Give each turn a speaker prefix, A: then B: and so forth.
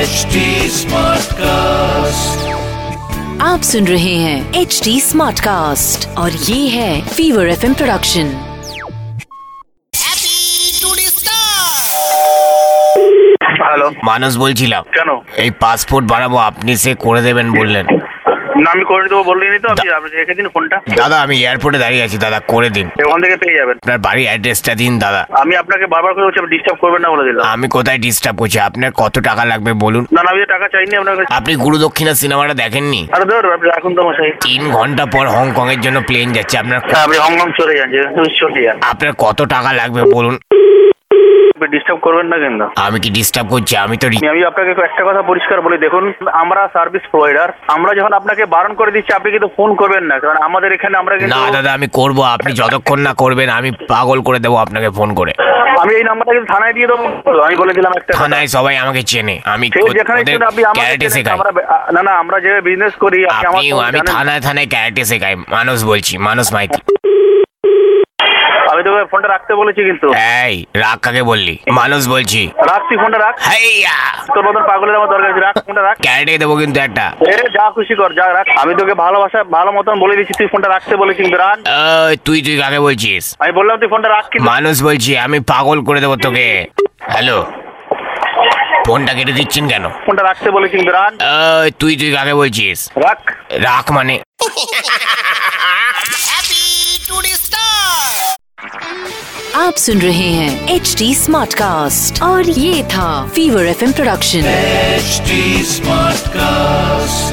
A: HD Smartcast.
B: आप सुन रहे हैं एच डी स्मार्ट कास्ट और ये है फीवर एफ प्रोडक्शन
C: হ্যালো
D: মানুষ বলছিলাম
C: কেন
D: এই পাসপোর্ট বানাবো আপনি সে করে দেবেন বললেন
C: না আমি করে দেবো বললেনি তো আপনি আপনি রেখে দিন ফোনটা
D: দাদা আমি এয়ারপোর্টে দাঁড়িয়ে আছি দাদা করে দিন
C: ওখান থেকে পেয়ে যাবেন
D: আপনার বাড়ির অ্যাড্রেসটা দিন দাদা
C: আমি আপনাকে বারবার করে বলছি ডিস্টার্ব করবেন না বলে দিলাম
D: আমি কোথায় ডিস্টার্ব করছি আপনার কত টাকা লাগবে বলুন
C: না না আমি তো টাকা চাইনি আপনার কাছে
D: আপনি গুরুদক্ষিণা সিনেমাটা দেখেননি
C: আরে ধর আপনি রাখুন তো মশাই
D: তিন ঘন্টা পর হংকং এর জন্য প্লেন যাচ্ছে আপনার
C: হ্যাঁ, আপনি হংকং চলে যান যে তুমি চলে যান
D: আপনার কত টাকা লাগবে বলুন
C: আপনি ডিস্টার্ব করবেন না কিন্তু
D: আমি কি ডিস্টার্ব করছি আমি তো রি-
C: আমি- আমি আপনাকে একটা কথা পরিষ্কার বলি দেখুন আমরা সার্ভিস প্রোভাইডার আমরা যখন আপনাকে বারণ করে দিচ্ছি আপনি কিন্তু ফোন করবেন না কারণ আমাদের এখানে আমরা কিন্তু
D: না দাদা আমি করব আপনি যতক্ষণ না করবেন আমি পাগল করে দেবো আপনাকে ফোন করে
C: আমি এই নাম্বারটা কিন্তু থানায় দিয়ে দেবো আমি বলে দিলাম একটা কথা।
D: থানায় সবাই আমাকে চেনে আমি
C: সে যেখানে
D: ওদের
C: ছিল, আপনি আমাদের
D: ক্যারেটে
C: চেনেন,
D: শেখাই
C: আমরা না না আমরা যে বিজনেস করি আপনি আমার
D: আপনি
C: সঙ্গে
D: আমি
C: জানেন।
D: থানায় থানায় ক্যারেটে শেখাই মানুষ বলছি মানুষ মাইতি
C: আমি তোকে ফোনটা রাখতে বলেছি কিন্তু
D: এই রাগ কাকে বললি মানুষ বলছি
C: রাখ তুই ফোনটা রাখ
D: হাইয়া
C: তোর মতন পাগলের আমার দরকার আছে রাখ ফোনটা রাখ
D: ক্যারেটে দেবো কিন্তু একটা
C: এ যা খুশি কর যা রাখ আমি তোকে ভালোবাসা ভালো মতন বলে দিচ্ছি তুই ফোনটা রাখতে বলে কিন্তু রাখ
D: ওই, তুই তুই কাকে বলছিস
C: আমি বললাম তুই ফোনটা রাখ কিন্তু
D: মানুষ বলছি আমি পাগল করে দেবো তোকে হ্যালো ফোনটা কেটে দিচ্ছেন কেন
C: ফোনটা রাখতে বলে কিন্তু রাখ
D: ওই, তুই তুই কাকে বলছিস
C: রাখ
D: রাখ মানে
B: आप सुन रहे हैं एच डी स्मार्ट कास्ट और ये था fever F production
A: HD Smartcast.